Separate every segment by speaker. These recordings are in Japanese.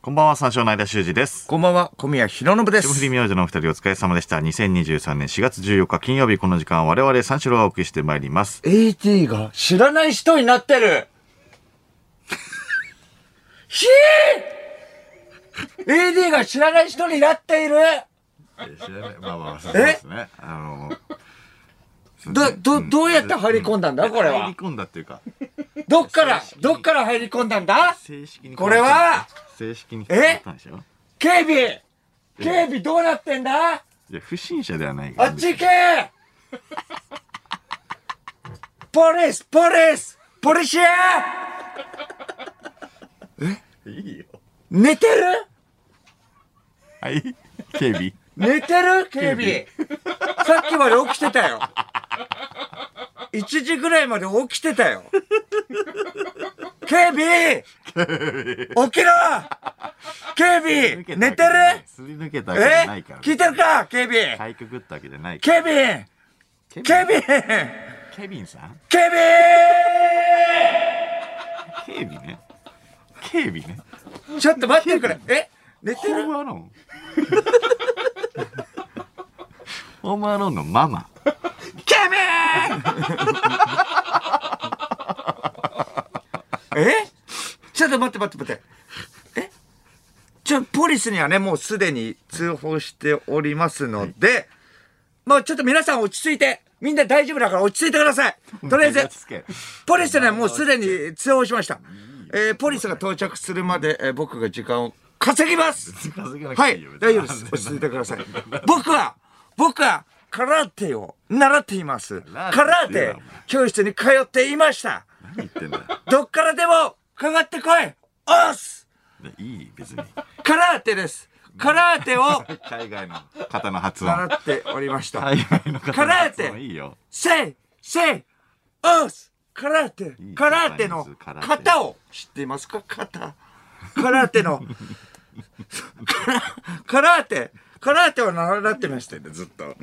Speaker 1: こんばんは、三照の間修二です。
Speaker 2: こんばんは、小宮浩信です
Speaker 1: 霜降。り明星のお二人お疲れ様でした。2023年4月14日金曜日この時間我々三四郎をお送りしてまいります。
Speaker 2: AT が知らない人になってる ひー !AD が知らない人になっている
Speaker 1: まあまあ、そう
Speaker 2: うで
Speaker 1: です
Speaker 2: す
Speaker 1: ね。あの、
Speaker 2: ど、ど、どうやって入り込んだんだこ
Speaker 1: 入
Speaker 2: れ
Speaker 1: り
Speaker 2: は。
Speaker 1: 込んだっていうか、
Speaker 2: どっから、どっから入り込んだんだ
Speaker 1: 正式に。
Speaker 2: これは
Speaker 1: 正式に
Speaker 2: え
Speaker 1: 変わったんでしょ
Speaker 2: 警備警備どうなってんだ
Speaker 1: いや、不審者ではないか
Speaker 2: あ
Speaker 1: ら
Speaker 2: っち行けポリスポリスポリシア
Speaker 1: いいよ。
Speaker 2: 寝てる
Speaker 1: はい警備。
Speaker 2: 寝てる警備。さっきまで起きてたよ。1時ぐらいまで起きてたよ。警備起きろ警備寝てる
Speaker 1: すり抜けたわけじゃない
Speaker 2: え
Speaker 1: から。
Speaker 2: 聞いてるか警備
Speaker 1: かいくぐったわけじゃない
Speaker 2: 警備
Speaker 1: ケビ
Speaker 2: 警備
Speaker 1: ケビンさん
Speaker 2: 警備
Speaker 1: 警備ね。警備ね。
Speaker 2: ちょっと待ってくれ。え寝て
Speaker 1: ホー
Speaker 2: る
Speaker 1: ムアローンホームアローンのママ。
Speaker 2: 警備 えちょっと待って待って待って。えちょ、ポリスにはね、もうすでに通報しておりますので、まあちょっと皆さん落ち着いて、みんな大丈夫だから落ち着いてください。とりあえず、ポリスにはもうすでに通報しました。えーポリスが到着するまで、えー僕が時間を稼ぎますは、
Speaker 1: はい
Speaker 2: 大丈夫です。落ち着いてください。僕は、僕は、空手を習っています。
Speaker 1: 空
Speaker 2: 空
Speaker 1: 手って言う
Speaker 2: 手
Speaker 1: なお前
Speaker 2: 教室に通っていました。
Speaker 1: 何言ってんだよ。
Speaker 2: どっからでも、かかってこいオス
Speaker 1: いい、別に。
Speaker 2: 空手です。空手を
Speaker 1: 海外の方の発 音。
Speaker 2: 習っておりました。
Speaker 1: 海外の方の
Speaker 2: 空
Speaker 1: 発
Speaker 2: 手
Speaker 1: 音いいよ。
Speaker 2: せいせいオス空手
Speaker 1: いい
Speaker 2: 空手の
Speaker 1: 空手
Speaker 2: 型を知っていますか型。空手 の、空手空手を習ってましたよね、ずっと。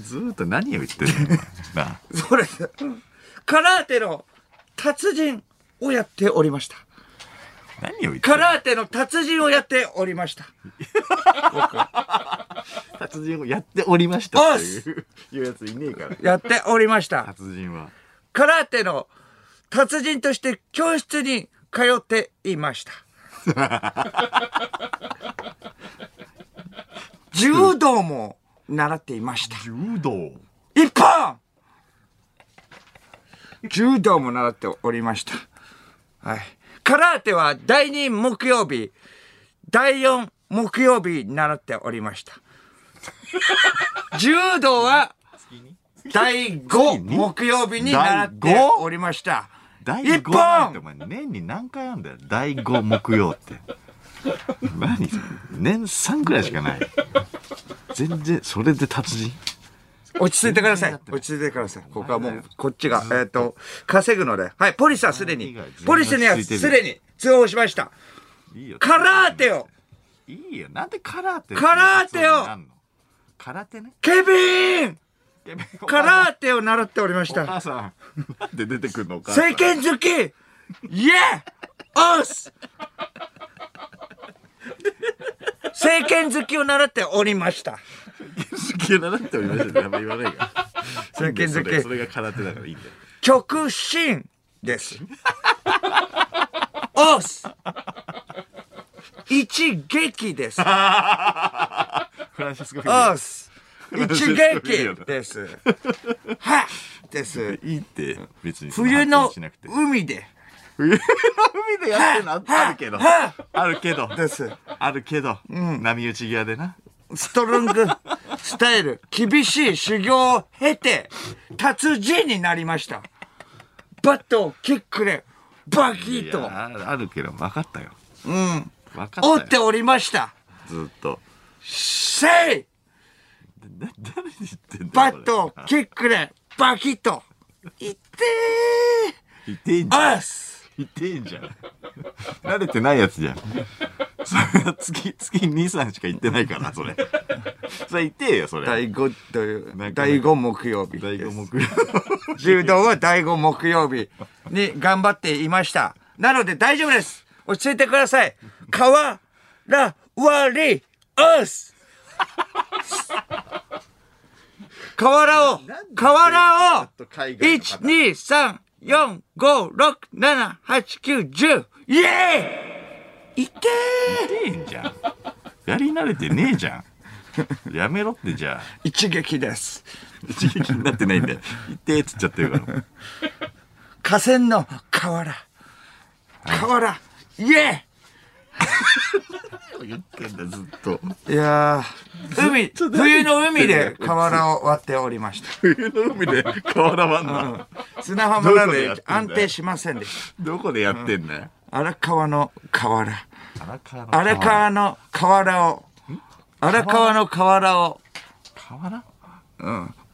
Speaker 1: ずーっと何を言ってるのなあ
Speaker 2: そうです。空手の達人をやっておりました。
Speaker 1: 何を言ってる
Speaker 2: 空手の達人をやっておりました。
Speaker 1: 達人をやっておりましたって
Speaker 2: おっ
Speaker 1: い
Speaker 2: す
Speaker 1: う いうやついねえから。
Speaker 2: やっておりました。
Speaker 1: 達人は。
Speaker 2: 空手の達人として教室に通っていました。柔道も習っていました。
Speaker 1: 柔道。
Speaker 2: 一本柔道も習っておりました。はい。空手は第2木曜日、第4木曜日習っておりました。柔道は第5木曜日に習っておりました。
Speaker 1: 第
Speaker 2: 一
Speaker 1: 5なんてお
Speaker 2: 本
Speaker 1: 前年に何回あんだよ。第5木曜って。何それ年3くらいしかない。全然、それで達人
Speaker 2: 落ち着いてください。落ち着いてください。ここはもう、こっちが、えっ、と、稼ぐので。はい、ポリスはすでに、ポリスにはすでに通報しました。
Speaker 1: いいよ。
Speaker 2: 空手を
Speaker 1: いいよ。なんで空手
Speaker 2: 空手を
Speaker 1: 空手ね。
Speaker 2: ケビン
Speaker 1: 手
Speaker 2: 空手を習っておりまし
Speaker 1: お
Speaker 2: た。
Speaker 1: 母さん。なんで出てくるのか。
Speaker 2: 政権好きイエーオス政権好きを習っておりました。
Speaker 1: 好きななっておりましたね。あんま言わないから。
Speaker 2: 政権
Speaker 1: それそ
Speaker 2: 好き。
Speaker 1: れが空手だからいいんだよ。
Speaker 2: 極真です。オス一撃です。
Speaker 1: フランシスコフィリア
Speaker 2: オス一撃です。はっです。
Speaker 1: いいって、別に。
Speaker 2: 冬の
Speaker 1: しなくて。
Speaker 2: 海で
Speaker 1: 海でやってるのああるけど。あるけど。
Speaker 2: です。
Speaker 1: あるけど。波打ち際でな。
Speaker 2: ストロングスタイル、厳しい修行を経て、達人になりました。バットをキックで、バキ
Speaker 1: い
Speaker 2: ッと、
Speaker 1: やああるけど、分かったよ。
Speaker 2: うん、
Speaker 1: 分か
Speaker 2: 折
Speaker 1: っ
Speaker 2: っ
Speaker 1: た
Speaker 2: て
Speaker 1: よ。
Speaker 2: おりました。
Speaker 1: ずっと。
Speaker 2: せい
Speaker 1: な誰に言ってんだよ
Speaker 2: バットを
Speaker 1: これ
Speaker 2: キックで、バキッと。いって
Speaker 1: いてんじゃん
Speaker 2: ー。す
Speaker 1: いてんじゃん。慣れてないやつじゃん。それは月、月2、3しか行ってないから、それ。それ痛えよ、それ。
Speaker 2: 第5とい
Speaker 1: な
Speaker 2: う、
Speaker 1: か
Speaker 2: 第5木曜日
Speaker 1: 第
Speaker 2: で
Speaker 1: 5
Speaker 2: す。
Speaker 1: 木曜。
Speaker 2: 柔道は第5木曜日に頑張っていました。なので大丈夫です。落ち着いてください。川、らわります。瓦を瓦を
Speaker 1: と海外の
Speaker 2: 一
Speaker 1: 方
Speaker 2: 二三四五六七八九十イエーイいて
Speaker 1: やってんじゃんやり慣れてねえじゃんやめろってじゃあ
Speaker 2: ー一撃です
Speaker 1: 一撃になってないんで「いて」っつっちゃってるから
Speaker 2: 河川の河原河原イエ
Speaker 1: 言ってんだずっと
Speaker 2: ーいやー海冬の海で河原を割っておりました
Speaker 1: 冬の海で河原湾な
Speaker 2: 砂浜な
Speaker 1: ど
Speaker 2: の
Speaker 1: ういうことやってんだよ
Speaker 2: で安定しませんでし
Speaker 1: どこでやってんだよ
Speaker 2: た荒川の河原
Speaker 1: 荒川の河
Speaker 2: 荒川の河原を荒川の河原を
Speaker 1: 河原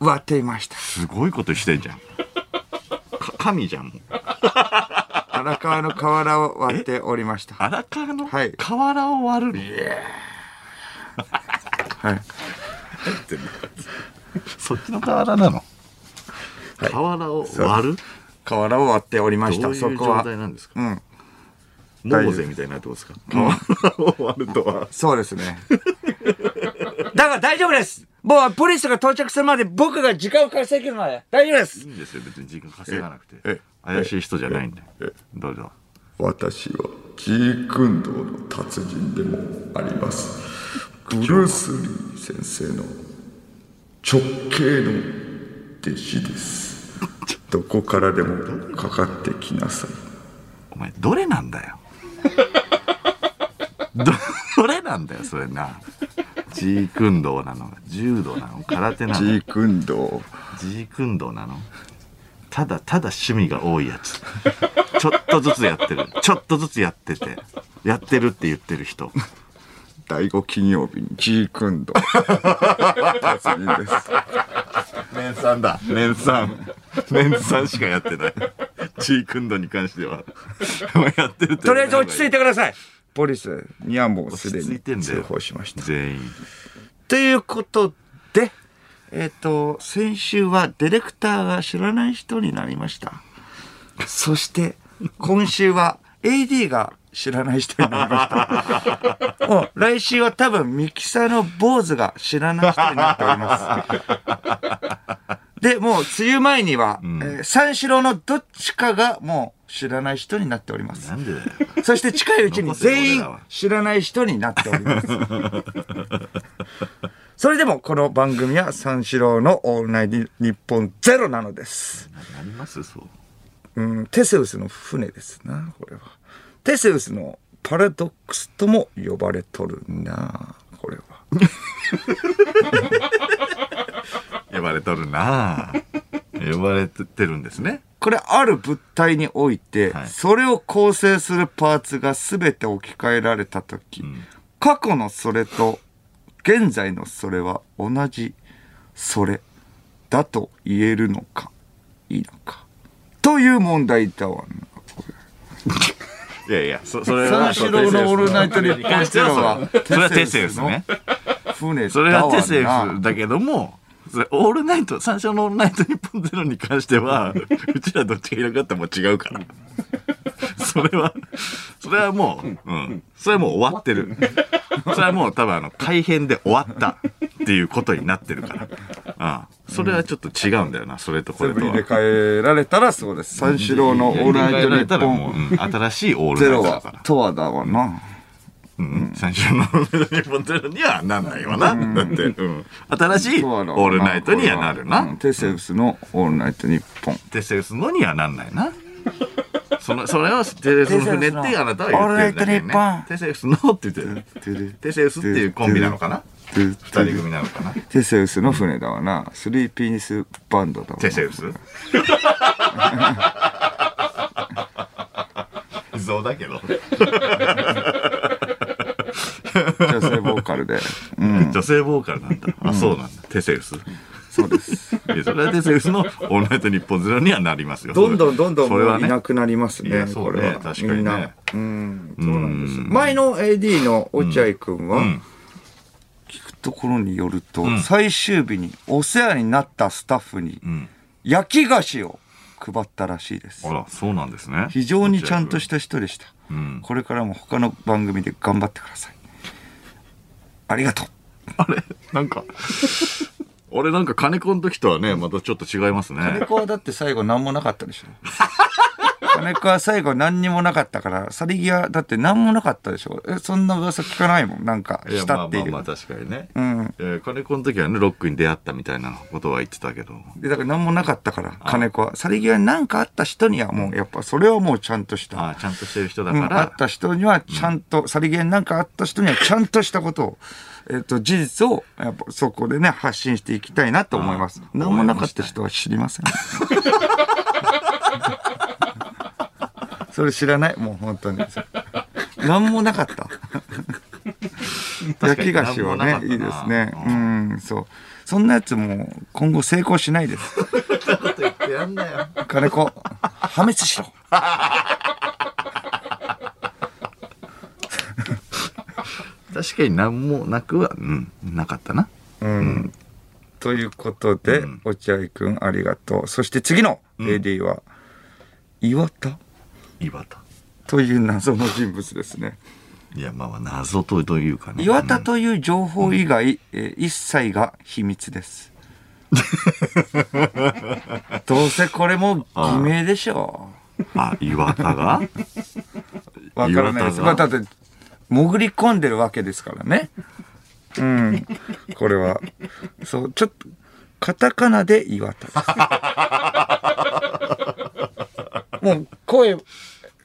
Speaker 2: 割っていました
Speaker 1: すごいことしてんじゃんか神じゃんもう
Speaker 2: 荒川の河原を割っておりました
Speaker 1: 荒川の
Speaker 2: はい
Speaker 1: 河原を割るの、
Speaker 2: はい
Speaker 1: そっちの河原なの、河原を割る
Speaker 2: 河原を割っておりまし
Speaker 1: ど
Speaker 2: た
Speaker 1: ういう
Speaker 2: そこ
Speaker 1: 状
Speaker 2: は
Speaker 1: 態なんですか
Speaker 2: うん
Speaker 1: モーゼみたいになってますか河原を割るとは
Speaker 2: そうですねだから大丈夫ですもうポリスが到着するまで僕が時間を稼げるまで大丈夫で
Speaker 1: い
Speaker 2: す
Speaker 1: いんですよ別に時間稼がなく
Speaker 2: え
Speaker 1: て
Speaker 2: え
Speaker 1: 怪しい人じゃないんでどうぞ
Speaker 3: 私はキークンドーの達人でもありますブルース・リー先生の直径の弟子ですどこからでもかかってきなさい
Speaker 1: お前どれなんだよ どれなんだよそれなジークンドーなの柔道なの空手な
Speaker 3: キ
Speaker 1: の
Speaker 3: ークンドー
Speaker 1: ジークンドーなのただただ趣味が多いやつちょっとずつやってるちょっとずつやっててやってるって言ってる人
Speaker 3: 第5金曜日にキークンドー達人です
Speaker 1: 年産だ年産年産しかやってないジークンドーに関してはやってるって
Speaker 2: とりあえず落ち着いてくださいポリス
Speaker 3: にはもうすで
Speaker 1: 落ち着い
Speaker 3: に
Speaker 1: てんだ
Speaker 3: 通
Speaker 1: よ
Speaker 3: 報しました
Speaker 1: 全員
Speaker 2: ということでえっ、と先週はディレクターが知らない人になりましたそして今週は AD が知らない人になりまし たもう来週は多分ミキサーの坊主が知らない人になっておりますでもう梅雨前には、えー三四郎のどっちかがもう知らない人になっております
Speaker 1: なんでだよ
Speaker 2: そして近いうちに全員
Speaker 1: 残せよ俺らは
Speaker 2: 知らない人になっております。それでもこの番組は三四郎のオールナイト日本ゼロなのです。
Speaker 1: なりますそう
Speaker 2: うん、テセウスの船ですな、これは。テセウスのパラドックスとも呼ばれとるな、これは。
Speaker 1: 呼ばれとる なあ呼ばれてるんですね
Speaker 2: これある物体において、
Speaker 1: はい
Speaker 2: それを構成するパーツが全て置き換えられた時、過去のそれと現在のそれは同じそれだと言えるのか否かという問題だわな。
Speaker 1: いやいやそそれは
Speaker 2: 三四郎のオールナイトニッポンゼロは
Speaker 1: それはテセウスね
Speaker 2: 船だわな。
Speaker 1: それはテセウスだけどもそれオールナイト三四郎のオールナイト日本ゼロに関して はうちらどっちがいなかったらもう違うからそれはそれはもう、うん、それはもう終わってるそれはもう多分あの改編で終わったっていうことになってるからああそれはちょっと違うんだよなそれとこれ
Speaker 3: 全部
Speaker 1: と
Speaker 3: 入
Speaker 1: は
Speaker 3: れ替えられたらそうです三四郎のオールナイトニッポン
Speaker 1: ン新しいオー
Speaker 3: ゼ
Speaker 1: ルナ
Speaker 3: ロ
Speaker 1: イトだ
Speaker 3: は
Speaker 1: から
Speaker 3: とはだわな
Speaker 1: うん三四郎のオールナイト日本ゼロにはなんないわなだってうん新しい
Speaker 3: と
Speaker 1: オ
Speaker 3: はだわな
Speaker 1: ールナイトにはなる
Speaker 3: うん
Speaker 1: な
Speaker 3: テセウスのオールナイトニッポン
Speaker 1: テセウスのにはなんないなそのそれをテセウスの船ってあなたは言ってるだけで
Speaker 2: オールナイトニッポ
Speaker 1: ね
Speaker 2: ン
Speaker 1: テセウスのって言ってるテセウスっていうコンビなのかな
Speaker 3: 二
Speaker 1: 二人組なのかな
Speaker 3: テセウスの船だわな。スリーピースバンドだわな。
Speaker 1: テセウス 偽造だけど
Speaker 3: 女性ボーカルで。うん、
Speaker 1: 女性ボーカルなんだあそうなんだテセウス
Speaker 3: そうです。
Speaker 1: いやそれはテセウスの「オールナイトニッポンゼロにはなりますよ
Speaker 2: どんどんどんどん
Speaker 1: そ
Speaker 2: も
Speaker 1: れ
Speaker 2: う
Speaker 1: はいね
Speaker 2: なくなります
Speaker 1: いや
Speaker 2: ね。
Speaker 1: そうね
Speaker 2: これは
Speaker 1: 確かにね
Speaker 2: みんなうん、そうなんです。前の AD の落合くんは、
Speaker 1: ん
Speaker 2: 聞くところによると、
Speaker 1: ん
Speaker 2: 最終日にお世話になったスタッフに
Speaker 1: ん
Speaker 2: 焼き菓子を配ったらしいです。
Speaker 1: あらそうなんですね
Speaker 2: 非常にちゃんとした人でした。
Speaker 1: うん
Speaker 2: これからも他の番組で頑張ってください。ありがとう。
Speaker 1: あれなんか、 俺なんか金子の時とはね、またちょっと違います
Speaker 2: 金
Speaker 1: ね。
Speaker 2: 子はだって最後何もなかったでしょ。金子は最後何にもなかったから、去り際だって何もなかったでしょ。え、そんな噂聞かないもん。なんか、
Speaker 1: いや、
Speaker 2: し
Speaker 1: ま
Speaker 2: た
Speaker 1: あ
Speaker 2: って
Speaker 1: まあ
Speaker 2: い
Speaker 1: まあ
Speaker 2: う。
Speaker 1: 確かにね。
Speaker 2: うん。
Speaker 1: えー金子の時はね、ロックに出会ったみたいなことは言ってたけど。
Speaker 2: で、だから何もなかったから、金子は。去り際に何かあった人にはもう、やっぱそれはもうちゃんとした。
Speaker 1: ああ、ちゃんとしてる人だ
Speaker 2: う
Speaker 1: か
Speaker 2: ん、あっ
Speaker 1: ら、
Speaker 2: た人にはちゃんと、さりげんなんかあった人にはちゃんとした ことを、えっ、と、事実を、やっぱそこでね、発信していきたいなと思います。
Speaker 1: うん
Speaker 2: 何もなかった人は知りません。 それ知らないもう本当に。何もなかった。
Speaker 1: 確
Speaker 2: 焼
Speaker 1: か
Speaker 2: き
Speaker 1: に
Speaker 2: 菓子
Speaker 1: 何もなかっ
Speaker 2: はね、
Speaker 1: たない
Speaker 2: いですね。うん、そう。そんなやつもう今後成功しないです。
Speaker 1: やんなよ。
Speaker 2: 金子、破滅しろ。
Speaker 1: 確かになんもなくは、うん、なかったな。
Speaker 2: うんということで、落合くんありがとう。そして次の AD は、岩田
Speaker 1: 岩田。
Speaker 2: という謎の人物ですね。
Speaker 1: いや、まあまあ、謎とというかね。
Speaker 2: 岩田という情報以外、えー一切が秘密 です。どうせこれも偽名でしょ
Speaker 1: あ、岩田が
Speaker 2: う。わからないです。ま
Speaker 1: 岩
Speaker 2: あ、
Speaker 1: 田
Speaker 2: だって、潜り込んでるわけですからね。うん。これは。そう、ちょっと、カタカナで岩田です。もう、声、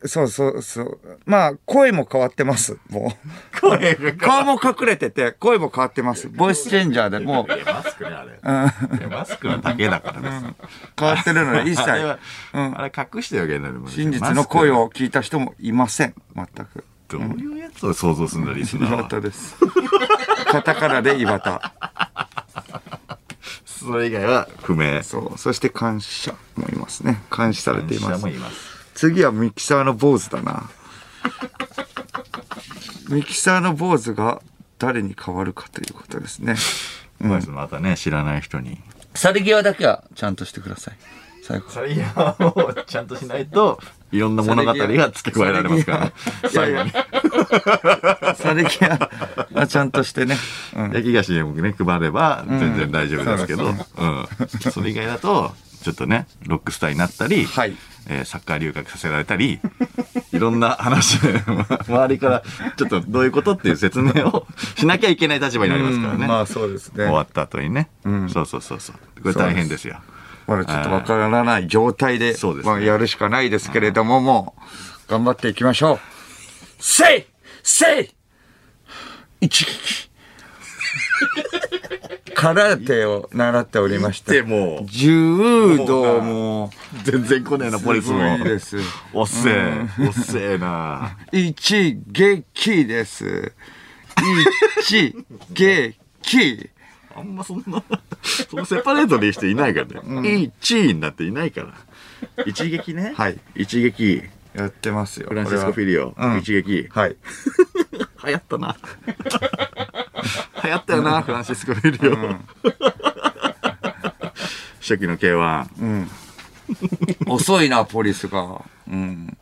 Speaker 2: そうそうそう。まあ、声も変わってます。も
Speaker 1: 声が
Speaker 2: う。顔も隠れてて、声も変わってます。ボイスチェンジャーでもう、
Speaker 1: いや、マスクね、あれ。
Speaker 2: うん
Speaker 1: いやマスクなだけだからね。
Speaker 2: 変わってるので一切
Speaker 1: あれは、
Speaker 2: うん
Speaker 1: あれ隠してるわけになるもんね
Speaker 2: 真実の声。
Speaker 1: マ
Speaker 2: を聞いた人もいません。全く。
Speaker 1: スクどういうやつを想像するんだ、リスナー
Speaker 2: 岩
Speaker 1: は。
Speaker 2: 田です。カタカナで岩田。
Speaker 1: それ以外は不明。
Speaker 2: そう。そして感謝もいますね。監視されていま
Speaker 1: 電車
Speaker 2: す
Speaker 1: も。います。
Speaker 2: 次はミキサーの坊主だな。 ミキサーの坊主が誰に変わるかということですね。
Speaker 1: まあまたね、知らない人に。
Speaker 2: 去り際だけはちゃんとしてください。最後。
Speaker 1: それ以外をちゃんとしないと、いろんな物語が付け加えられますからね。
Speaker 2: 去
Speaker 1: 最
Speaker 2: り
Speaker 1: 後
Speaker 2: 際
Speaker 1: に。
Speaker 2: 去 り際はちゃんとしてね。うん
Speaker 1: 焼き菓子でもね、配れば全然大丈夫ですけど、
Speaker 2: う
Speaker 1: うんん。それ以外だと、ちょっとね、ロックスターになったり、
Speaker 2: はい
Speaker 1: えーサッカー留学させられたり、 いろんな話で、周りから、ちょっとどういうことっていう説明をしなきゃいけない立場になりますからね。
Speaker 2: うんまあそうですね
Speaker 1: 終わった後にね。そうそうそうそう。これ大変ですよ。
Speaker 2: まだちょっとわからない状態で、
Speaker 1: そうですね
Speaker 2: まあ、やるしかないですけれども、もう、頑張っていきましょう。せいせい一撃 空手を習っておりました。
Speaker 1: でも、
Speaker 2: 柔道も、
Speaker 1: 全然来ねえな、ポリス
Speaker 2: すご
Speaker 1: も
Speaker 2: い。です。
Speaker 1: おっせえ、おっせえな。
Speaker 2: 一撃です。一撃。
Speaker 1: あんまそんな、そのセパレートでいい人いないからね。1位になっていないから。一撃ね。
Speaker 2: はい。
Speaker 1: 一撃。
Speaker 2: やってますよ。
Speaker 1: フランシスコ・フィリオ。
Speaker 2: うん
Speaker 1: 一撃。
Speaker 2: はい。
Speaker 1: 流行ったな。 流行ったよな、フランシスコ・フィリオ。初期の K1。
Speaker 2: 遅いな、ポリスが。うん。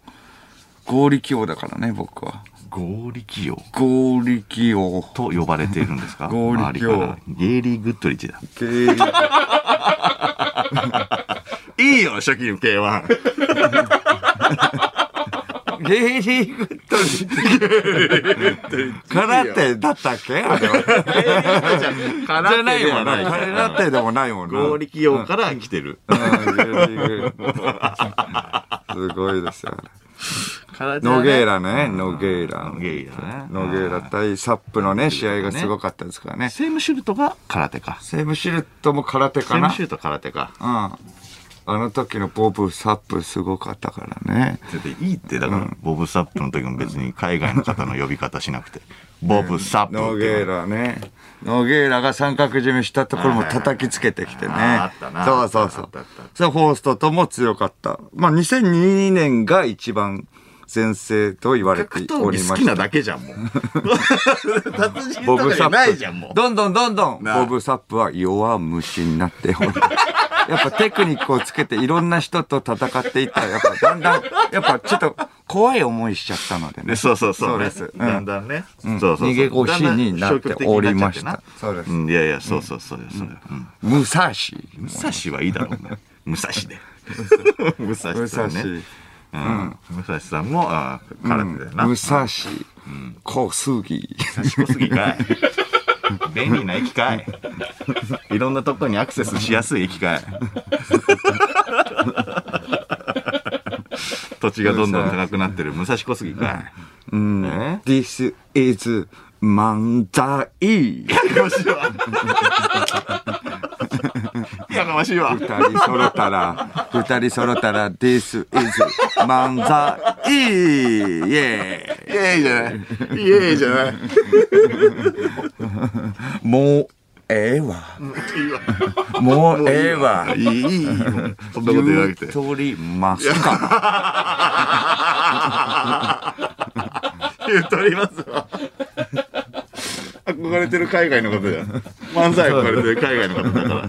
Speaker 2: 合力王だからね、僕は。
Speaker 1: 合力王
Speaker 2: 合力王。
Speaker 1: と呼ばれているんですか
Speaker 2: 合力王
Speaker 1: 周りからゲーリー・グッドリッチだ。いいよ、初期の K1。
Speaker 2: レイリーグッドに。空手だったっけあれは。じ
Speaker 1: じ
Speaker 2: ゃないもんな。
Speaker 1: から
Speaker 2: 空手でもないもんな。
Speaker 1: 合力王から来てる。
Speaker 2: うんレイリーグッドすごいですよ。ノゲーラね、ノゲーラ。
Speaker 1: ノゲーラね
Speaker 2: ノゲーラ対サップのね、試合がすごかったですからね。
Speaker 1: セームシュルトが空手か。
Speaker 2: セーブシルトも空手
Speaker 1: セ
Speaker 2: か
Speaker 1: ーム
Speaker 2: な。
Speaker 1: シュルト空手か。
Speaker 2: うん。あの時のボブ、サップすごかったからね。
Speaker 1: だっていいって、だから、ボブ・サップの時も別に海外の方の呼び方しなくて。ボブ・サップ
Speaker 2: ノ
Speaker 1: っ
Speaker 2: ゲ
Speaker 1: て
Speaker 2: ー。ラね。ノゲーラが三角締めしたところも叩きつけてきてね。
Speaker 1: あーあったな
Speaker 2: そうそうそ
Speaker 1: あ
Speaker 2: う
Speaker 1: ったあったあっ。
Speaker 2: そう、ホーストとも強かった。まあ、2002年が一番全盛と言われて
Speaker 1: 格
Speaker 2: お
Speaker 1: 闘
Speaker 2: り
Speaker 1: 技
Speaker 2: ま
Speaker 1: 好き
Speaker 2: し
Speaker 1: な
Speaker 2: た。
Speaker 1: だけじゃん、もう。 達人
Speaker 2: ボ
Speaker 1: と
Speaker 2: ブ
Speaker 1: かじ
Speaker 2: サ
Speaker 1: ゃないじゃん、
Speaker 2: ッ
Speaker 1: も
Speaker 2: プ。
Speaker 1: う。
Speaker 2: どんどんどんどん、
Speaker 1: なあ
Speaker 2: ボブサップは弱虫になって おる。やっぱテクニックをつけていろんな人と戦っていったら、やっぱだんだん、やっぱちょっと怖い思いしちゃったのでね
Speaker 1: ね、そうそうそう、ね。
Speaker 2: そうですうん
Speaker 1: だんだんね。
Speaker 2: ん
Speaker 1: そうそうそう。
Speaker 2: 逃げ腰になっておりまし
Speaker 1: だんだん消極的になっちゃ
Speaker 2: た
Speaker 1: ってな
Speaker 2: そうです
Speaker 1: んいやいや、そうそうそうです。そうですうん
Speaker 2: 武蔵
Speaker 1: 武蔵はいいだろうな。武蔵で。武蔵さんね。
Speaker 2: 武
Speaker 1: うん武蔵さんも、ああ、
Speaker 2: う
Speaker 1: 空
Speaker 2: ん
Speaker 1: 手だよな。
Speaker 2: 武蔵小杉
Speaker 1: 賢すぎ かい。便利な駅かい。いろんなとこにアクセスしやすい駅かい。土地がどんどん高くなってる武蔵小杉かい。うん。ね
Speaker 2: This is 漫才
Speaker 1: やかましいわ。やかましいわ。
Speaker 2: 二人揃ったら二人揃ったら This is 漫才イエーイ
Speaker 1: イエーイじゃない。イエーイじゃない。
Speaker 2: もうえ
Speaker 1: い
Speaker 2: えわ
Speaker 1: いわ。
Speaker 2: もうええわ
Speaker 1: いい、いい、いい。そんなこと言わなくて。
Speaker 2: とりますか
Speaker 1: 言うとりますわ。憧れてる海外の方じゃん。漫才憧れてる海外の方 だから。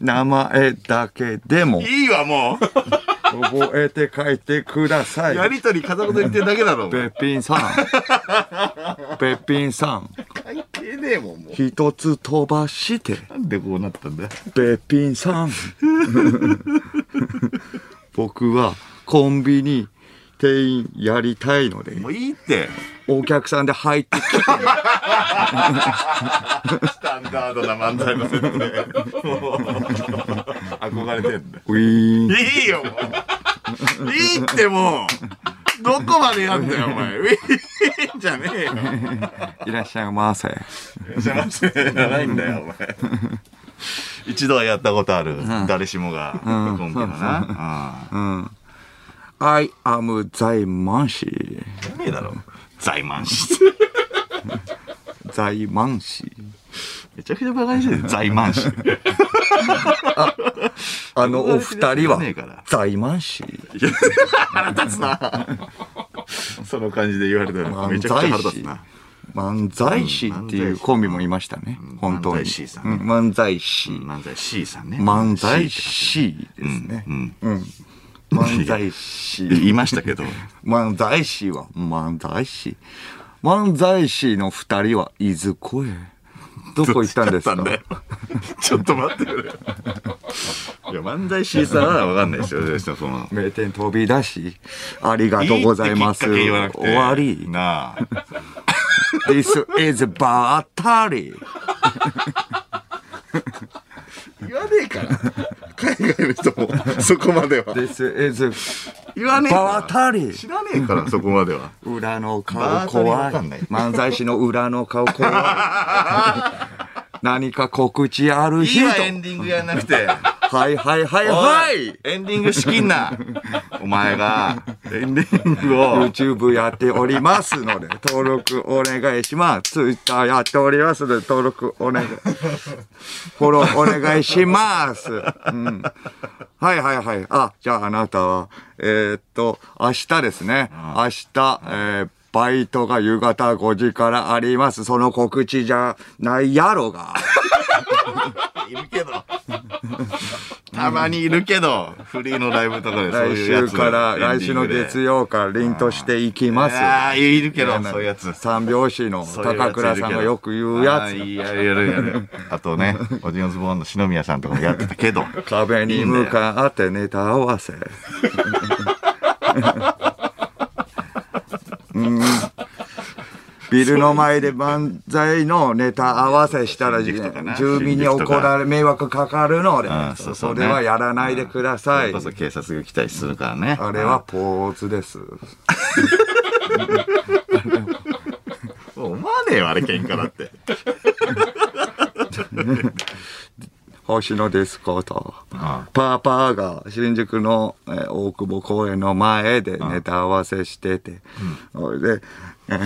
Speaker 2: 名前だけでも
Speaker 1: いいわ、もう。
Speaker 2: 覚えて書いてくださ
Speaker 1: や
Speaker 2: い
Speaker 1: りとり片言言ってるだけだろ。
Speaker 2: べっぴんさんべっぴんさん
Speaker 1: 関係ねえもん、もう。
Speaker 2: 一つ飛ばして
Speaker 1: なんでこうなったんだよ。
Speaker 2: べっぴんさん 僕はコンビニ店員やりたいので
Speaker 1: もういいって。
Speaker 2: お客さんで入ってきて
Speaker 1: スタンダードな漫才の説明。 もう憧れてんだよ。
Speaker 2: ウィーン
Speaker 1: いいよ、もう。いいって、もう。どこまでやんだよ、お前。ウィーンじゃねえよ。
Speaker 2: いらっしゃいませ
Speaker 1: 邪魔してじゃないんだよ、お前。一度はやったことある。誰しもが。コンビのな。うん
Speaker 2: I am 在満市
Speaker 1: やめえだろ。在満市。
Speaker 2: 在満市
Speaker 1: めちゃくちゃバカにしてる。在満市。
Speaker 2: あのお二人は
Speaker 1: ねえから
Speaker 2: 在満市
Speaker 1: 腹立つな。その感じで言われたらめ
Speaker 2: 漫
Speaker 1: ちゃくちゃ
Speaker 2: 才
Speaker 1: 腹立
Speaker 2: 師
Speaker 1: つな。
Speaker 2: 漫才師っていうコンビもいましたね本当に
Speaker 1: 漫才師さんね
Speaker 2: うん漫才師
Speaker 1: 漫才 C さんね。
Speaker 2: 漫才
Speaker 1: C
Speaker 2: 師ですね
Speaker 1: うん。
Speaker 2: 漫才 師
Speaker 1: 言いましたけど。
Speaker 2: 漫才師は漫才師漫才師の二人はいずこへ どこ行ったんですか
Speaker 1: どっちだったんだよ ちょっと待ってくれよ。いや、漫才 C さんはわかんないですよ。別にその。
Speaker 2: 名店飛び出しありがとうございます
Speaker 1: いいってきっかけ言わなくて
Speaker 2: 終わり
Speaker 1: なあ。
Speaker 2: This is バッタリ
Speaker 1: 言わねえから。海外の人も、そこまでは。
Speaker 2: This is
Speaker 1: 言わねえ
Speaker 2: バッ
Speaker 1: か
Speaker 2: タリ
Speaker 1: ら。知らねえから、そこまでは。
Speaker 2: 裏の
Speaker 1: バ
Speaker 2: 顔
Speaker 1: ータリ
Speaker 2: 怖
Speaker 1: わ
Speaker 2: い
Speaker 1: かんない
Speaker 2: 漫才師の裏の顔怖い 何か告知あ る
Speaker 1: い
Speaker 2: し
Speaker 1: い
Speaker 2: と
Speaker 1: わ、エンディングやんなくて。
Speaker 2: はいはいはい
Speaker 1: は
Speaker 2: はい
Speaker 1: いエンディング資金な。お前が、エンディングを。
Speaker 2: YouTube やっておりますので、登録お願いします。Twitter やっておりますので、登録お願い。フォローお願いします。うん。はいはいはい。あ、じゃああなたは、えーっと、明日ですね。明日、えーバイトが夕方5時からあります。その告知じゃないやろが。
Speaker 1: いるけど。たまにいるけど、フリーのライブとか でそう
Speaker 2: 来
Speaker 1: いうや
Speaker 2: 週
Speaker 1: つ。
Speaker 2: から、来週の月曜から凛としていきます。
Speaker 1: ああ、いるけど、そういうやつ。
Speaker 2: 三拍子の
Speaker 1: そういうやついるけど
Speaker 2: 高倉さんがよく言うや
Speaker 1: あ
Speaker 2: つ。
Speaker 1: ーいやるやるやる。あとね、オジンオズボーンの篠宮さんとかもやってたけど。
Speaker 2: 壁に向かってネタ合わせ。 うんビルの前で漫才のネタ合わせしたら
Speaker 1: 新宿とかな
Speaker 2: 住民に怒られ迷惑かかるので
Speaker 1: ああそうそう
Speaker 2: そ
Speaker 1: ね
Speaker 2: れはやらないでくださ
Speaker 1: それ
Speaker 2: い
Speaker 1: こ。そ警察が来たりするからね。
Speaker 2: あれはポーズです。
Speaker 1: 思わねえよ、あれ喧嘩だって。
Speaker 2: 星野ディスコと
Speaker 1: あ
Speaker 2: パーパーが新宿の、えー大久保公園の前でネタ合わせしてて、それで、えー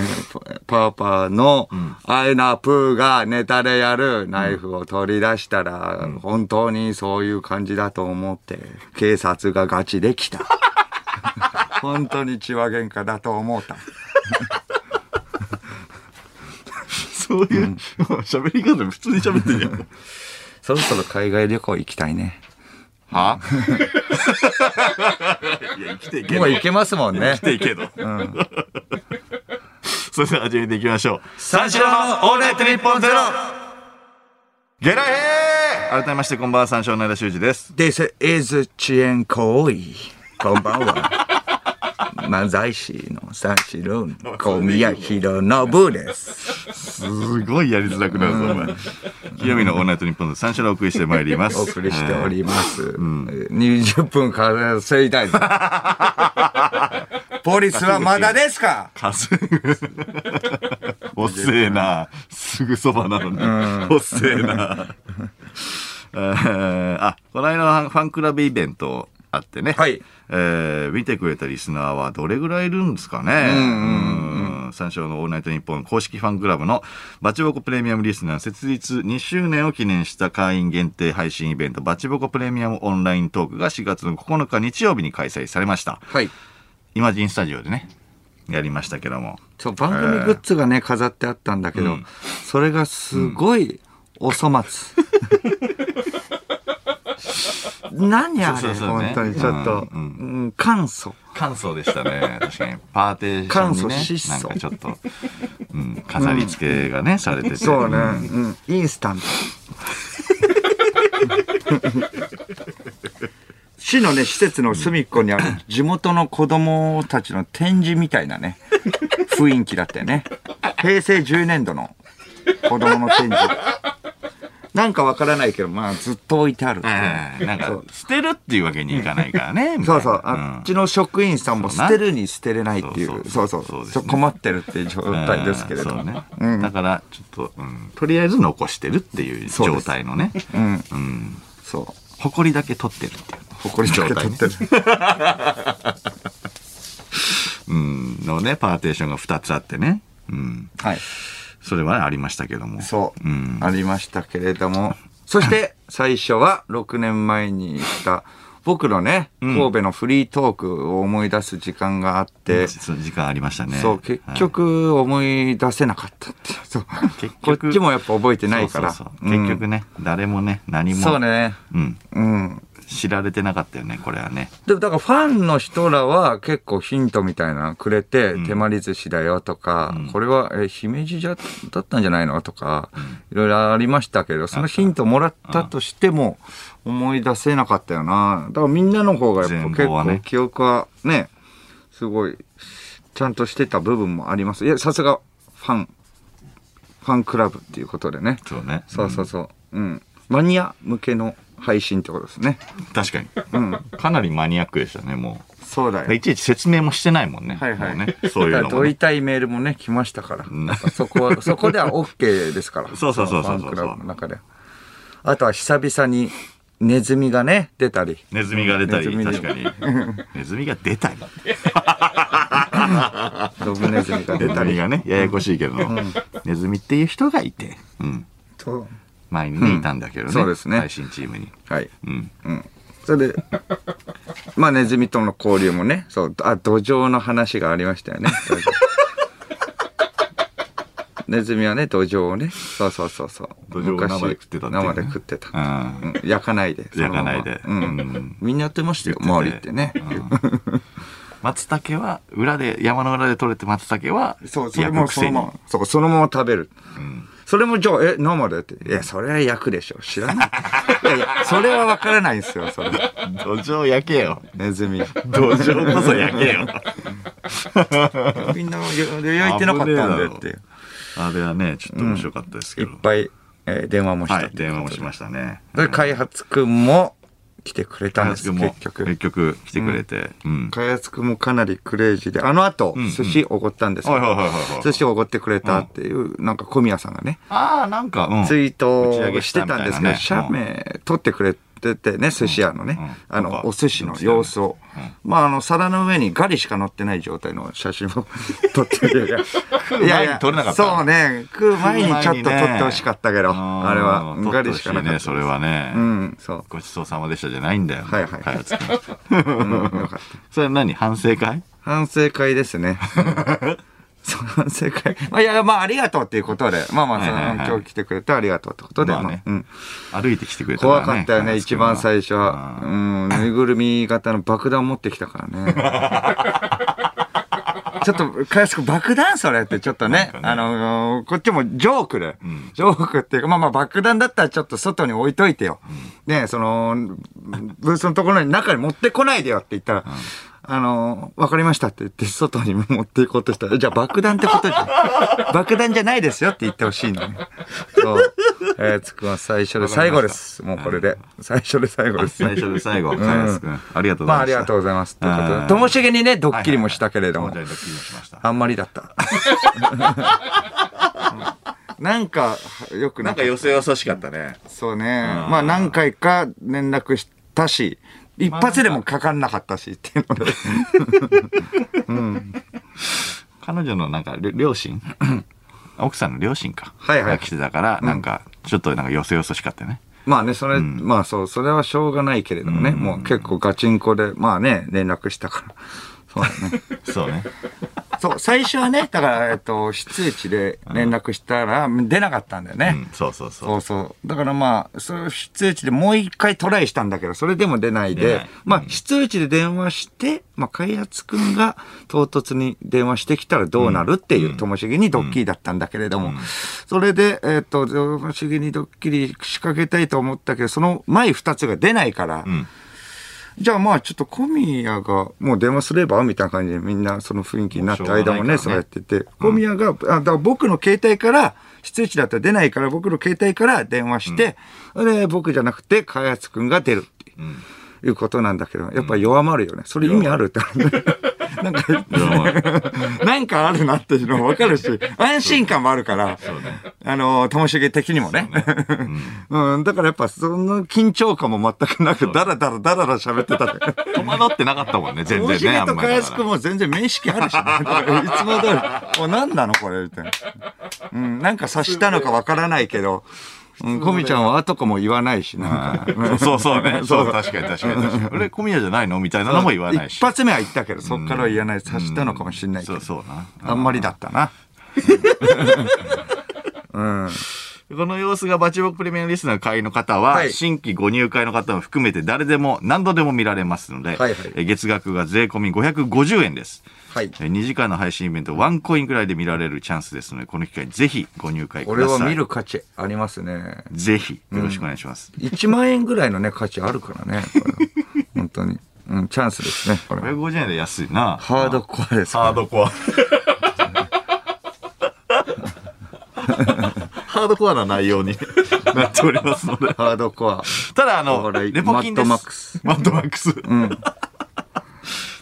Speaker 2: パパーパーのアイナプーがネタでやるナイフを取り出したら、本当にそういう感じだと思って警察がガチでき た本当に血は喧嘩だと思った
Speaker 1: そういう、喋り方普通に喋ってんじゃん。
Speaker 2: そろそろ海外旅行行きたいね
Speaker 1: はいや、生きていけど。
Speaker 2: もういけますもんね
Speaker 1: 生き。ていけど。それでは始めていきましょう。
Speaker 2: 三四郎のオールナイトニッポンゼロ
Speaker 1: ゲラヘー改めましてこんばんは、三四郎の間修二です。
Speaker 2: This is 遅延行為。こんばんは。漫才師の三四郎の小宮弘信です。
Speaker 1: すごいやりづらくなるぞ、お前。清見のオールナイトニッポンの三四郎をお送りしてまいります。
Speaker 2: お送りしております。20分稼いだい。ポリスはまだですか
Speaker 1: 稼ぐ。おっせえな。すぐそばなのに。おっせえな。えーあ、この間のファンクラブイベントあってね。
Speaker 2: はい
Speaker 1: えー見てくれたリスナーはどれぐらいいるんですかね。うん三章のオールナイトニッポン公式ファンクラブのバチボコプレミアムリスナー設立2周年を記念した会員限定配信イベントバチボコプレミアムオンライントークが4月の9日日曜日に開催されました。
Speaker 2: はい。
Speaker 1: イマジンスタジオでね、やりましたけども。
Speaker 2: そう、番組グッズがね、飾ってあったんだけど、それがすごいお粗末。何あ
Speaker 1: そう
Speaker 2: れ、
Speaker 1: そうそうね
Speaker 2: 本当にちょっと、
Speaker 1: う
Speaker 2: うんん、簡素。
Speaker 1: 簡素でした ね。確かに。パーテーション
Speaker 2: 簡
Speaker 1: に
Speaker 2: 素
Speaker 1: ね、
Speaker 2: 質素
Speaker 1: なんかちょっと、うん、飾り付けがね、されてて。
Speaker 2: そうね、
Speaker 1: ん
Speaker 2: うん、インスタント。市のね、施設の隅っこにある地元の子供たちの展示みたいなね、雰囲気だったよね。平成10年度の子供の展示。なんかわからないけど、まあずっと置いてあるっていう
Speaker 1: ええなん
Speaker 2: そ
Speaker 1: か
Speaker 2: う、
Speaker 1: 捨てるっていうわけにいかないからね。みたい
Speaker 2: そう
Speaker 1: な
Speaker 2: そう、あっちの職員さんも捨てるに捨てれないってい
Speaker 1: そう
Speaker 2: う、
Speaker 1: そ
Speaker 2: そう
Speaker 1: そ
Speaker 2: うそうう、
Speaker 1: そうですね
Speaker 2: ちょっと困ってるっていう状
Speaker 1: うん
Speaker 2: 態ですけれど
Speaker 1: そう
Speaker 2: も。
Speaker 1: ね。だから、ちょっと、うん、とりあえず残してるっていう
Speaker 2: そう
Speaker 1: 状
Speaker 2: です
Speaker 1: 態のね。
Speaker 2: うん、
Speaker 1: うん。
Speaker 2: そう。
Speaker 1: 誇りだけ取ってるっていう。
Speaker 2: 誇りだけ取ってる。
Speaker 1: うん。のね、パーテーションが2つあってね。うん。
Speaker 2: はい。
Speaker 1: それはねありましたけども。
Speaker 2: そ
Speaker 1: う
Speaker 2: う、
Speaker 1: ん
Speaker 2: ありましたけれども。そして、最初は6年前にした、僕のね、神戸のフリートークを思い出す時間があって、
Speaker 1: そう時間ありましたね。
Speaker 2: そう、結
Speaker 1: はい
Speaker 2: 局思い出せなかったっていう。そう
Speaker 1: 結
Speaker 2: こ
Speaker 1: 局
Speaker 2: っちもやっぱ覚えてないから。
Speaker 1: そうそうそううん結局ね、誰もね何も
Speaker 2: そうね。
Speaker 1: うん、
Speaker 2: うん。
Speaker 1: 知られてなかったよねこれはね
Speaker 2: でもだからファンの人らは結構ヒントみたいなのくれて、手まり寿司だよとか、これは、え、姫路じゃ、だったんじゃないのとか、いろいろありましたけど、そのヒントもらったとしても、思い出せなかったよな。だからみんなの方がやっぱ結
Speaker 1: 全貌はね
Speaker 2: 構記憶はね、すごい、ちゃんとしてた部分もあります。いや、さすがファン、ファンクラブっていうことでね。
Speaker 1: そうね
Speaker 2: そうそうそう。うん。マニア向けの配信ってことですね。
Speaker 1: 確かに、かなりマニアックでしたねも
Speaker 2: そうだよ
Speaker 1: う。いちいち説明もしてないもんね
Speaker 2: はいはい
Speaker 1: もうね、そういう
Speaker 2: だ
Speaker 1: の
Speaker 2: から
Speaker 1: も、
Speaker 2: 問い
Speaker 1: ね、
Speaker 2: たいメールもね、来ましたから。やっぱそこ は、そこでは OK ですから。
Speaker 1: そうそうそうそうそう
Speaker 2: のファンクラブの中で。あとは久々にネズミがね、出たり。
Speaker 1: ネズミが出たり
Speaker 2: ネ
Speaker 1: 確
Speaker 2: ズミ
Speaker 1: かにネズミが出たり
Speaker 2: ドブネズミが出
Speaker 1: 出
Speaker 2: た
Speaker 1: た
Speaker 2: り。
Speaker 1: りがねややこしいけど、ネズミっていう人がいて、うん、
Speaker 2: そう
Speaker 1: 前にね、いたんだけどね
Speaker 2: そうですね
Speaker 1: 配信チームに
Speaker 2: はい。
Speaker 1: うん
Speaker 2: それで、まあネズミとの交流もね、そう、あ、土壌の話がありましたよね。 ネズミはね、土壌をね、そうそうそうそう。
Speaker 1: 土壌を生で食ってたっていうね
Speaker 2: 昔生で食ってた。
Speaker 1: うん
Speaker 2: うん焼かないで。そのまま
Speaker 1: 焼かないで
Speaker 2: うん
Speaker 1: うん
Speaker 2: みんなやってましたよ、
Speaker 1: 言ってたね
Speaker 2: 周りってね。
Speaker 1: 松茸は裏で山の裏で採れて松茸は
Speaker 2: そう、それ
Speaker 1: 焼く
Speaker 2: も
Speaker 1: く
Speaker 2: そ
Speaker 1: せ
Speaker 2: の
Speaker 1: に
Speaker 2: まま、そう、そのまま食べる。それもじゃあ、え、生でって。いや、それは焼くでしょ。知らない。 いやいや、それはわからないんですよ、それ。
Speaker 1: 土壌焼けよ
Speaker 2: ネズミ。
Speaker 1: 土壌こそ焼けよ
Speaker 2: みんなや焼いてなかったんでっていう。
Speaker 1: あれはね、ちょっと面白かったですけ
Speaker 2: いっ
Speaker 1: ど。
Speaker 2: ぱい、えー電話もした。
Speaker 1: はい、電話もしましたね。
Speaker 2: それ開発くんも来てくれたんです、
Speaker 1: も
Speaker 2: 結局。
Speaker 1: 来てくれて。うん。
Speaker 2: 開発くんもかなりクレイジーで、あの後、寿司おごったんですけ
Speaker 1: はいはい
Speaker 2: ど、
Speaker 1: はいはいはい。
Speaker 2: 寿司おごってくれたっていう、なんか小宮さんがね、
Speaker 1: ああ、なんか、うん
Speaker 2: ツイート
Speaker 1: 打ち上げ
Speaker 2: を
Speaker 1: し
Speaker 2: したて
Speaker 1: みたい
Speaker 2: た
Speaker 1: なんね
Speaker 2: ですけど、社名取ってくれててね、寿司屋のね
Speaker 1: うんうん、
Speaker 2: あ
Speaker 1: なん
Speaker 2: の、
Speaker 1: か
Speaker 2: お寿司の様子を。まあ、あの、皿の上にガリしか乗ってない状態の写真を撮ってる。
Speaker 1: う前に撮れなかった
Speaker 2: そうね、食う前にちょっと撮ってほしかったけど、
Speaker 1: うん
Speaker 2: あれは、
Speaker 1: 撮
Speaker 2: ガ
Speaker 1: って
Speaker 2: リ
Speaker 1: ほ
Speaker 2: し
Speaker 1: しい
Speaker 2: かなか
Speaker 1: ね、
Speaker 2: った
Speaker 1: そ。れは
Speaker 2: う
Speaker 1: ね。
Speaker 2: ん、そう。
Speaker 1: ごちそうさまでしたじゃないんだよ。
Speaker 2: はいはい
Speaker 1: 開発君
Speaker 2: うんよかった
Speaker 1: それ何反省会
Speaker 2: 反省会ですね。うんその世界。まあ、いや、まあ、ありがとうっていうことで。まあまあ、その、
Speaker 1: はいはいはい
Speaker 2: 今日来てくれてありがとうってことで。
Speaker 1: まあね
Speaker 2: まあうん
Speaker 1: 歩いてきてくれた
Speaker 2: 怖かったよね、
Speaker 1: 金
Speaker 2: 一
Speaker 1: 津君は
Speaker 2: 番最初は。
Speaker 1: う
Speaker 2: うんん、ぬいぐるみ型の爆弾持ってき たからね。ちょっと、かやすく爆弾それってちょっとね、
Speaker 1: なんかね
Speaker 2: あの、こっちもジョークで、ジョークっていうか、まあまあ爆弾だったらちょっと外に置いといてよ。ね、その、ブースのところに中に持ってこないでよって言ったら、あの、わかりましたって言って、外に持っていこうとしたら、じゃあ爆弾ってこと じゃん。爆弾じゃないですよって言ってほしいのね。そう。えー、つくんは最初で最後です。もうこれで。最初で最後です。
Speaker 1: 最初で最後、金安君、ありがとうございました。
Speaker 2: まあ、ありがとうございます。ということ
Speaker 1: うん
Speaker 2: でともしげにね、ドッキリもしたけれども
Speaker 1: はい、はいはいともちゃんにドッキリもしました。
Speaker 2: あんまりだった。 なんか、よく
Speaker 1: な
Speaker 2: なんか
Speaker 1: か
Speaker 2: っ
Speaker 1: 寄せ優しかったね。
Speaker 2: た。そうね。まあ、何回か連絡したし、一発でもかかんなかったしっていうので。
Speaker 1: 彼女のなんか、りょ両親 奥さんの両親か。
Speaker 2: はいはい
Speaker 1: が来てたから、なんか、ちょっとなんか寄せ寄せしかったよね。
Speaker 2: まあね、それ、まあそう、それはしょうがないけれどもね、もう結構ガチンコで、まあね、連絡したから。 そうだね。
Speaker 1: そうね。
Speaker 2: そう、最初はね、だから、えっと、出地で連絡したら、出なかったんだよ
Speaker 1: う
Speaker 2: ね。
Speaker 1: ん、そうそうそう。
Speaker 2: そうそう。だからまあ、それを出打ちでもう一回トライしたんだけど、それでも出ない
Speaker 1: 出
Speaker 2: で、
Speaker 1: ない
Speaker 2: まあ、出打ちで電話して、まあ、開発くんが唐突に電話してきたらどうなるっていう、ともしげにドッキリだったんだけれども、それで、えっ、と、ともしげにドッキリ仕掛けたいと思ったけど、その前二つが出ないから、
Speaker 1: ん
Speaker 2: じゃあまあちょっと小宮がもう電話すればみたいな感じでみんなその雰囲気になって
Speaker 1: もうしょうが
Speaker 2: 間
Speaker 1: ないからね
Speaker 2: もねそうやってて小宮が、あだから僕の携帯から出演地だったら出ないから僕の携帯から電話して、で僕じゃなくて開発君が出るっていう,、ことなんだけどやっぱ弱まるよねそれ意味あるってなんかなんかあるなっていうのも分かるし安心感もあるから、あのともしげ的にもねうん、だからやっぱその緊張感も全くなく、だらだらだらだら喋ってたね。
Speaker 1: 戸惑ってなかったもんね、全
Speaker 2: 大重
Speaker 1: 然ね、あん
Speaker 2: と
Speaker 1: まりだ
Speaker 2: 林
Speaker 1: か
Speaker 2: く
Speaker 1: ら。
Speaker 2: んも全然面識あるしね。だからいつも通り、もう何なのこれみたいな。うん、なんか察したのかわからないけど、うん、コミちゃんはあとかも言わないし、なんか。
Speaker 1: うんそうそう ね。そう、確かに確かに確かに。俺、小宮じゃないのみたいなのも言わないし。
Speaker 2: 一発目は言ったけど、そっからは言わない。察したのかもしれないけ
Speaker 1: そ
Speaker 2: ど
Speaker 1: う。そうな。
Speaker 2: あんまりだったな。
Speaker 1: この様子がバチボクプレミアムリスナーの会員の方は、
Speaker 2: はい
Speaker 1: 新規ご入会の方も含めて誰でも何度でも見られますので、
Speaker 2: はいはい
Speaker 1: え月額が税込み550円です。
Speaker 2: はい。
Speaker 1: え2時間の配信イベントワンコインくらいで見られるチャンスですので、この機会ぜひご入会くだ
Speaker 2: こ
Speaker 1: さい。
Speaker 2: れは見る価値ありますね。
Speaker 1: ぜひよろしくお願いします。
Speaker 2: 1万円ぐらいのね、価値あるからね。これは本当に。うん、チャンスですね。こ れは
Speaker 1: 550円で安いな。
Speaker 2: ハードコアですから
Speaker 1: ハード コア。ハードコアな内容に なっておりますので。
Speaker 2: ハードコア。
Speaker 1: ただ、あの、
Speaker 2: お笑い
Speaker 1: レポ金です。マ
Speaker 2: マッドマックス。
Speaker 1: ッドマックス。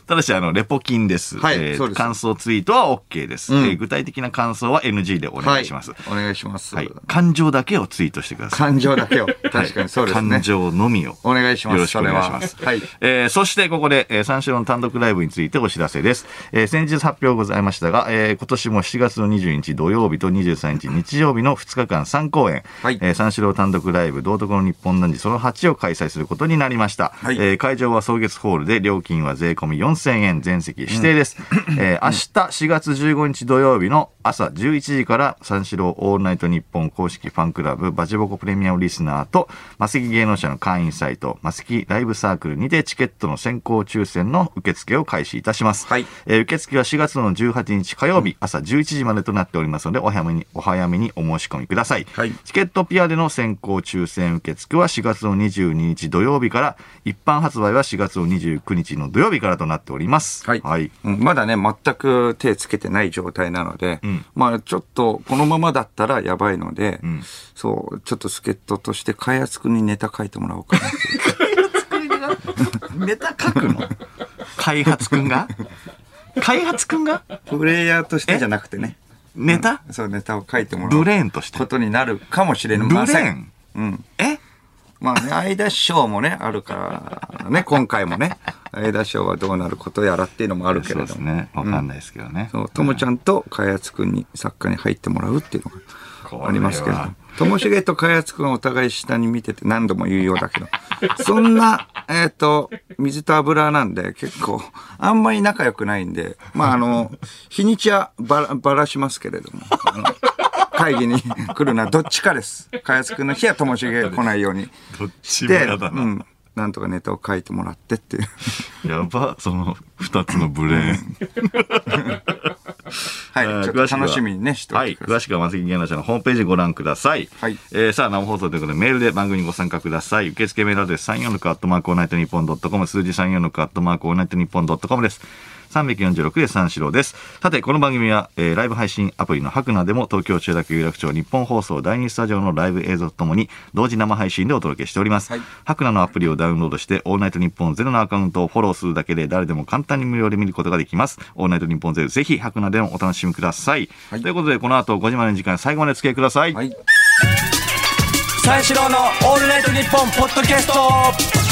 Speaker 1: ただし、あの、レポ金です。
Speaker 2: はい
Speaker 1: えー
Speaker 2: そうです
Speaker 1: 感想ツイートは OK です、
Speaker 2: うん
Speaker 1: えー具体的な感想は NG でお願いします。は
Speaker 2: はい、お願いします。
Speaker 1: い。感情だけをツイートしてください。
Speaker 2: 感情だけを。確かにそうです
Speaker 1: はい
Speaker 2: ね
Speaker 1: 感。情のみを。
Speaker 2: お願いします
Speaker 1: よろしくお願いします。
Speaker 2: それははい
Speaker 1: えーそしてここで、えー三四郎の単独ライブについてお知らせです。えー先日発表ございましたが、えー今年も7月の22日土曜日と23日日曜日の2日間3公演、
Speaker 2: はい
Speaker 1: えー三四郎単独ライブ道徳の日本男児その8を開催することになりました。
Speaker 2: い
Speaker 1: えー会場は草月ホールで料金は税込み4000円全席指定です。えー明日4月15日土曜日の朝11時から三四郎オールナイト日本公式ファンクラブバチボコプレミアムリスナーとマセキ芸能者の会員サイトマセキライブサークルにてチケットの先行抽選の受付を開始いたします。
Speaker 2: はい
Speaker 1: えー受付は4月の18日火曜日朝11時までとなっておりますのでお早めにお早めにお申し込みください。
Speaker 2: はい
Speaker 1: チケットピアでの先行抽選受付は4月の22日土曜日から、一般発売は4月の29日の土曜日からとなっております。
Speaker 2: はい、うんまだね、全く手つけてない状態なので、
Speaker 1: ん
Speaker 2: まあちょっとこのままだったらやばいので、
Speaker 1: ん
Speaker 2: そう、ちょっと助っ人として開発君にネタ書いてもらおうかなっていう。
Speaker 1: ネタ書くの開発くんが開発くんが
Speaker 2: プレイヤーとしてじゃなくてね、
Speaker 1: ネタ
Speaker 2: そうネタを書いてもら
Speaker 1: ブ
Speaker 2: う
Speaker 1: レーンとして
Speaker 2: こ。とになるかもしれ
Speaker 1: ブ
Speaker 2: ま
Speaker 1: レ
Speaker 2: せ
Speaker 1: ー
Speaker 2: ん。
Speaker 1: ン
Speaker 2: うん。
Speaker 1: え
Speaker 2: まあね、間賞もね、あるから、ね、今回もね、間賞はどうなることやらっていうのもあるけれ
Speaker 1: そう
Speaker 2: ども。
Speaker 1: ですね。わかんないですけどね。
Speaker 2: そう、ともちゃんと開発くんに作家に入ってもらうっていうのがありますけれど
Speaker 1: これは
Speaker 2: ともしげと開発君をお互い下に見てて何度も言うようだけど、そんな、えっ、と、水と油なんで結構、あんまり仲良くないんで、まあ、あの、日にちはばらばらしますけれども、あの会議に来るのはどっちかです。開発君の日はともしげが来ないように
Speaker 1: どっち
Speaker 2: し
Speaker 1: も
Speaker 2: て、
Speaker 1: 嫌だ
Speaker 2: う
Speaker 1: な。
Speaker 2: ん、なんとかネタを書いてもらってっていう。
Speaker 1: やば、その二つのブレーン。
Speaker 2: はい、
Speaker 1: えー
Speaker 2: ちょっ
Speaker 1: 詳しく
Speaker 2: と
Speaker 1: は
Speaker 2: 楽しみにね、してお
Speaker 1: はいい。
Speaker 2: てくだ
Speaker 1: 詳
Speaker 2: さ
Speaker 1: しくは松木芸能者のホームページご覧ください。
Speaker 2: はい
Speaker 1: えーさあ、生放送ということでメールで番組にご参加ください。受付メールアドレス346アットマークオールナイトニッポンドットコム、数字346アットマークオールナイトニッポンドットコムです。346で三四郎です。さて、この番組は、えーライブ配信アプリのハクナでも東京中楽有楽町日本放送第2スタジオのライブ映像とともに同時生配信でお届けしております。
Speaker 2: はい
Speaker 1: ハクナのアプリをダウンロードして、オールナイトニッポンゼロのアカウントをフォローするだけで誰でも簡単に無料で見ることができます。オールナイトニッポンゼロ、ぜひハクナでもお楽しみください。
Speaker 2: はい
Speaker 1: ということで、この後5時までの時間、最後までお付き合いください。
Speaker 2: い。はい。
Speaker 4: 三四郎の「オールナイトニッポン」ポッドキャスト